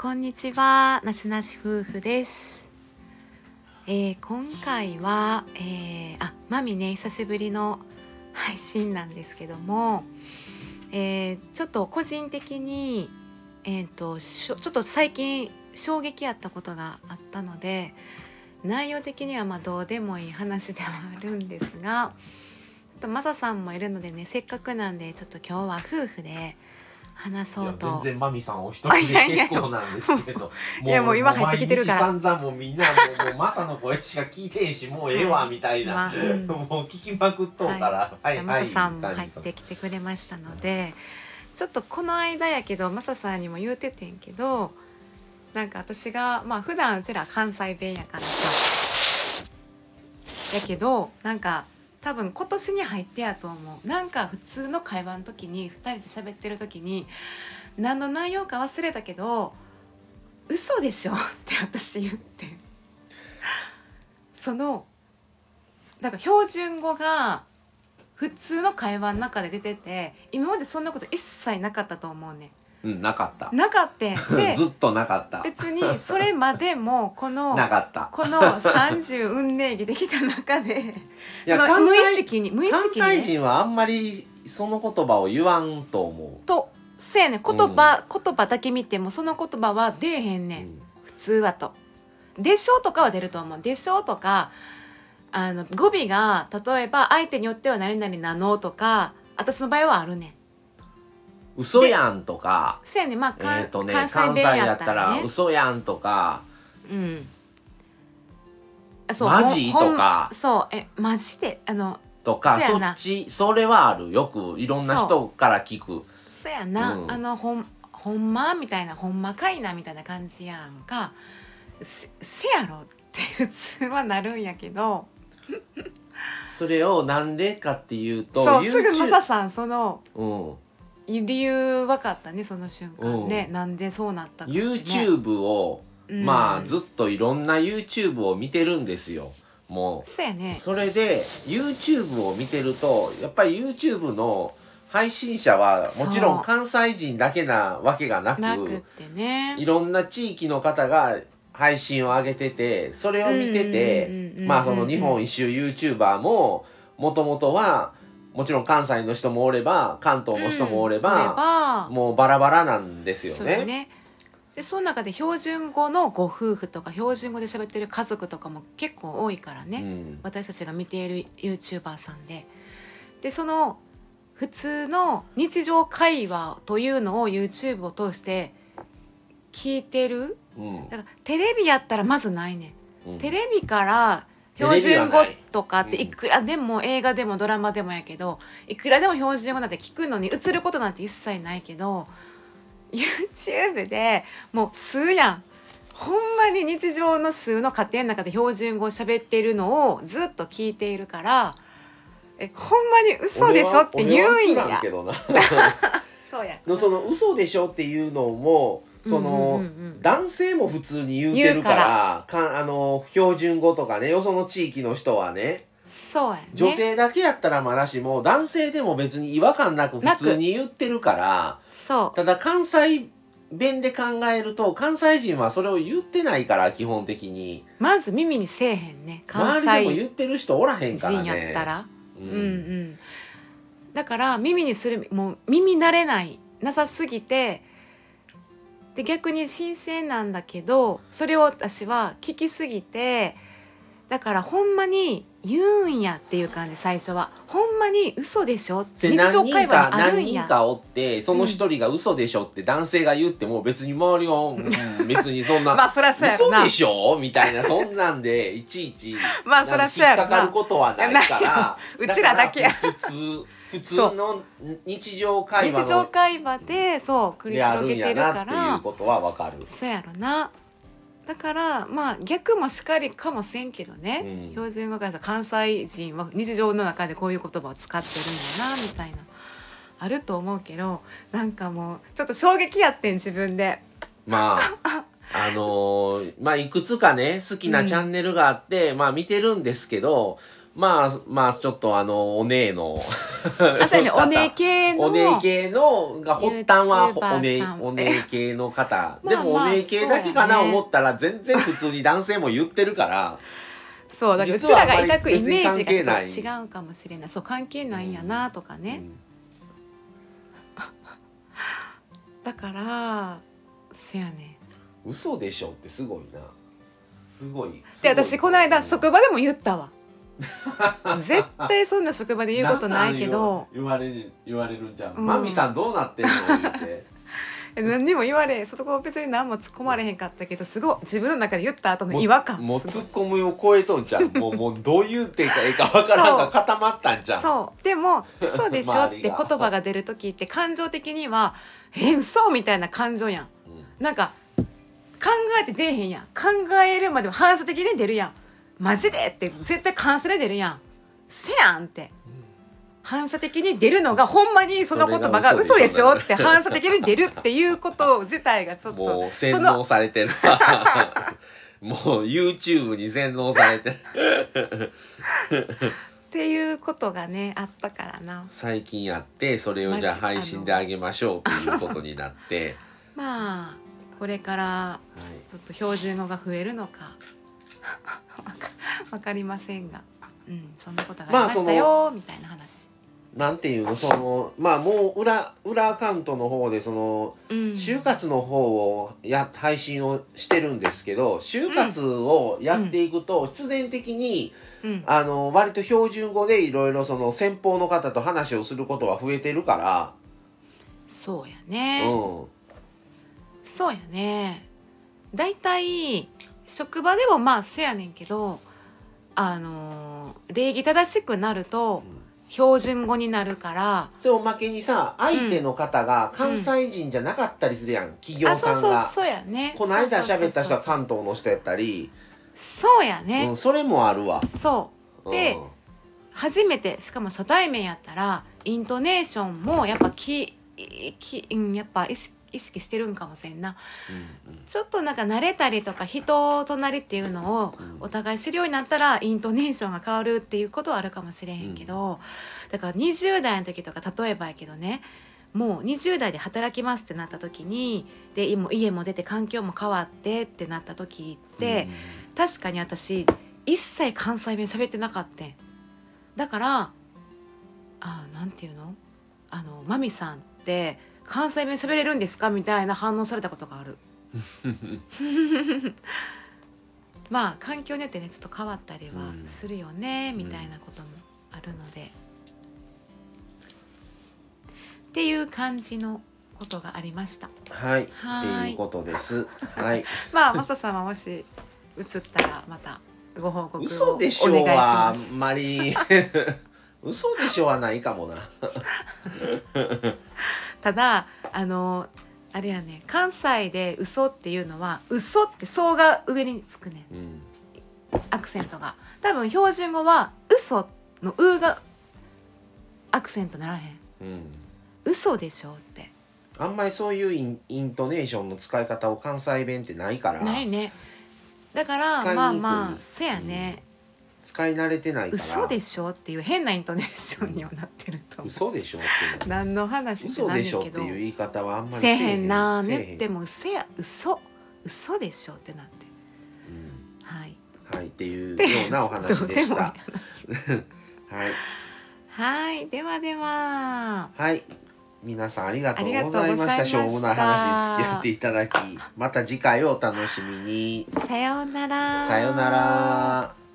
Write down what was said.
こんにちはなしなし夫婦です、えー今回は、えーあマミね久しぶりの配信なんですけども、えーちょっと個人的に、えー、としょちょっと最近衝撃あったことがあったので内容的にはまあどうでもいい話ではあるんですがちょっとマサさんもいるのでねせっかくなんでちょっと今日は夫婦で話そうと。いや全然マミさんお一人で結構なんですけどいやもう今入ってきてるからもう毎日散々もうみんなもうもうマサの声しか聞いてへんしもうええわみたいな、まあうんもう聞きまくっとうから、はじゃあマサさんも入ってきてくれましたのでちょっとこの間やけどマサさんにも言うててんけどなんか私がまあ普段うちら関西弁やからさやけどなんか多分今年に入ってやと思うなんか普通の会話の時に2人で喋ってる時に何の内容か忘れたけど嘘でしょ って私言ってんそのなんか標準語が普通の会話の中で出てて今までそんなこと一切なかったと思うねうんなかったんなかった んでずっとなかった別にそれまでもこのなかったこの30運命儀できた中でいそやの関無意西識に無意関識に西ね、人はあんまりその言葉を言わんと思とせやねん言葉、言葉だけ見てもその言葉は出えへんう、ねん、うん普通はと。でしょうとかは出ると思う。でしょうとかあの語尾が例えば相手によっては何々なのとか私の場合はあるねん。嘘やんとかせやねまあ、えっ、関とね関関西西弁ややっったたららね嘘やんとかうんあマジほんとかそうえマジであのとかそそうやなっちそれはあるよくいろんな人から聞くそやな、うんあのほんほんまみたいなほんまかいなみたいな感じやんかせせやろって普通はなるんやけどそれをなんでかっていうとそうすぐ YouTube マサさんそのうん、理由分かったねその瞬間ね、うなんでそうなったかって、ね、 YouTube を、うんまあずっといろんな YouTube を見てるんですよもそうやうねそれで YouTube を見てるとやっぱり YouTube の配信者はもちろそうん関西人だけなわけがなくなくってねいろんな地域の方が配信を上げててそれを見てうんうんうんうんうんうてんまあその日本一周 YouTuber ももともとはもちろん関西の人もおれば関東の人もおれば、ばもうバラバラなんですよそうね。でその中で標準語のご夫婦とか標準語で喋ってる家族とかも結構多いからね、うん私たちが見ている YouTuber さんででその普通の日常会話というのを YouTube を通して聞いてるうんだからテレビやったらまずないねうんんテレビからテレビは標ない準語とかってうんいくらでも映画でもドラマでもやけどいくらでも標準語なんて聞くのに映ることなんて一切ないけど YouTube でもう数やんほんまに日常の数の家庭の中で標準語を喋ってるのをずっと聞いているからえほんまに嘘でしょって言うん俺は俺は映らやん けどなそうやのその嘘でしょっていうのもその、うんうんうんうん男性も普通に言うてるからかあの標準語とかねよその地域の人はねそうやね女性だけやったらまだしも男性でも別に違和感なく普通に言ってるからそうただ関西弁で考えると関西人はそれを言ってないから基本的にまず耳にせえへんね関周りでも西言ってる人おらへんから人ねやったら。ううんうん、だから耳にするもう耳慣れないなさすぎてで逆に新鮮なんだけどそれを私は聞きすぎてだからほんまに言うんやっていう感じ最初はほんまに嘘でしょで日常何会人話かにある何ん人やかおってその一人が嘘でしょって男性が言っても別に周りは、うん別にそん な、まあそらそうやろ嘘なでしょみたいなそんなんでいちいち まあそらそうや引ろっかかるなことはないかいや らようちらだけやから普通普通そうの日常会日常話会話でそう繰のりであ広るげんてやるなかっていうらことはわかる。そうやろなだからまあ逆もしかりかもせんけどね、うん標準語からさ関西人は日常の中でこういう言葉を使ってるんやなみたいなあると思うけどなんかもうちょっと衝撃やってん自分 でまああのーまあいくつかね好きなチャンネルがあって、まあ見てるんですけどまあまあちょっとあのお姉のあそうやねお姉系のお姉系のが発端は YouTuber お姉さんお姉系の 方まあでもまあお姉系だけかなそうやね思ったら全然普通に男性も言ってるからそうだからうち実らはあまがり抱くイメージ別に関係ながちいょっと違うかもしれないそう関係ないんやなとかね、だからせやねうん嘘でしょってすごいなすごいで私この間職場場でも言った わ絶対そんな職場で言うことないけど言われる言われるんじゃん、うんマミさんどうなってんの 言ってえ何にも言われへんそこ別に何も突っ込まれへんかったけどすごい自分の中で言った後の違和感もうもうす突ごいっ込むを超えとん じゃんもうもうどういうてかええかわからんが固まったんじゃんそうで も「嘘でしょ」っ周てり言が葉が出る時って感情的には「え嘘」みたいな感情やんうんなんか考えて出えへんやん考えるまでも反射的に出るやんマジでって絶対感想で出るやんせやんって反射的に出るのがほんまにその言葉がそ嘘れが嘘ででししょょって反射的に出るっていうこと自体がちょっともう洗脳され てるもう YouTube に洗脳されてるっていうことがねあったからな最近やってそれをじゃあマジ配信であげましょうということになって、まあこれからはい、ちょっと標準語が増えるのかわかわかりませんが、うん、そんなことがありましたよ、まみたいな話。なんていうのそのまあもう裏裏アカウントの方でそのうん、就活の方をや配信をしてるんですけど就活をやっていくと必然的に、うんあの割と標準語でいろいろその先方の方と話をすることは増えてるかそうやら、ね、うん、そうやねだいたい職場でもまあせやねんけどあのー礼儀正しくなると標準語になるからそれおまけにさ相手の方が関西人じゃなかったりするやん、企業あさそうんそうが。そうやねこの間喋った人はそうそうそうそう関東の人やったり、そうやうね、ん、それもあるわ。そうでうん初めてしかも初対面やったらイントネーションもやっぱきき、うん、やっぱ意識意識してるんかもしれんなちょっとなんか慣れたりとか人となりっていうのをうんお互い知るようになったらイントネーションが変わるっていうことはあるかもしれへんけど、だから20代の時とか例えばやけどねもう20代で働きますってなった時にで家も家も出て環境も変わってってなった時って、、確かに私一切関西弁喋ってなかったんだからあなんていうのあのマミさんって関西弁喋れるんですかみたいな反応されたことがあるまあ環境によってねちょっと変わったりはするよね、みたいなこともあるので、っていう感じのことがありましたはい、ってはいいうことです。はい、まあマサさんはもし映ったらまたご報告をお願いします嘘でしょはあんまり 嘘でしょはないかもな。ただあのあれやね関西で嘘っていうのは嘘ってそうが上につくねうん、アクセントが多分標準語は嘘のうがアクセントならへんうん、嘘でしょってあんまりそういうインイントネーションの使い方を関西弁ってないから、ないねだから使いにくいまあまあせやね、使い慣れてないから。嘘でしょっていう変なイントネーションにはなってると思う、嘘でしょっていうの。何の話って嘘なんでやしょっけてどいう言い方はあんまりせえへんなせえへんねってもうせや嘘嘘でしょってなってうんはいはい、っていうようなお話でしどうもいいた。話はい。はい、ではでは。はい。皆さんありがとありうがごとうござざいいままし。したたしょうもない話に付き合っていただき、また次回をお楽しみに。さようなら。さようなら。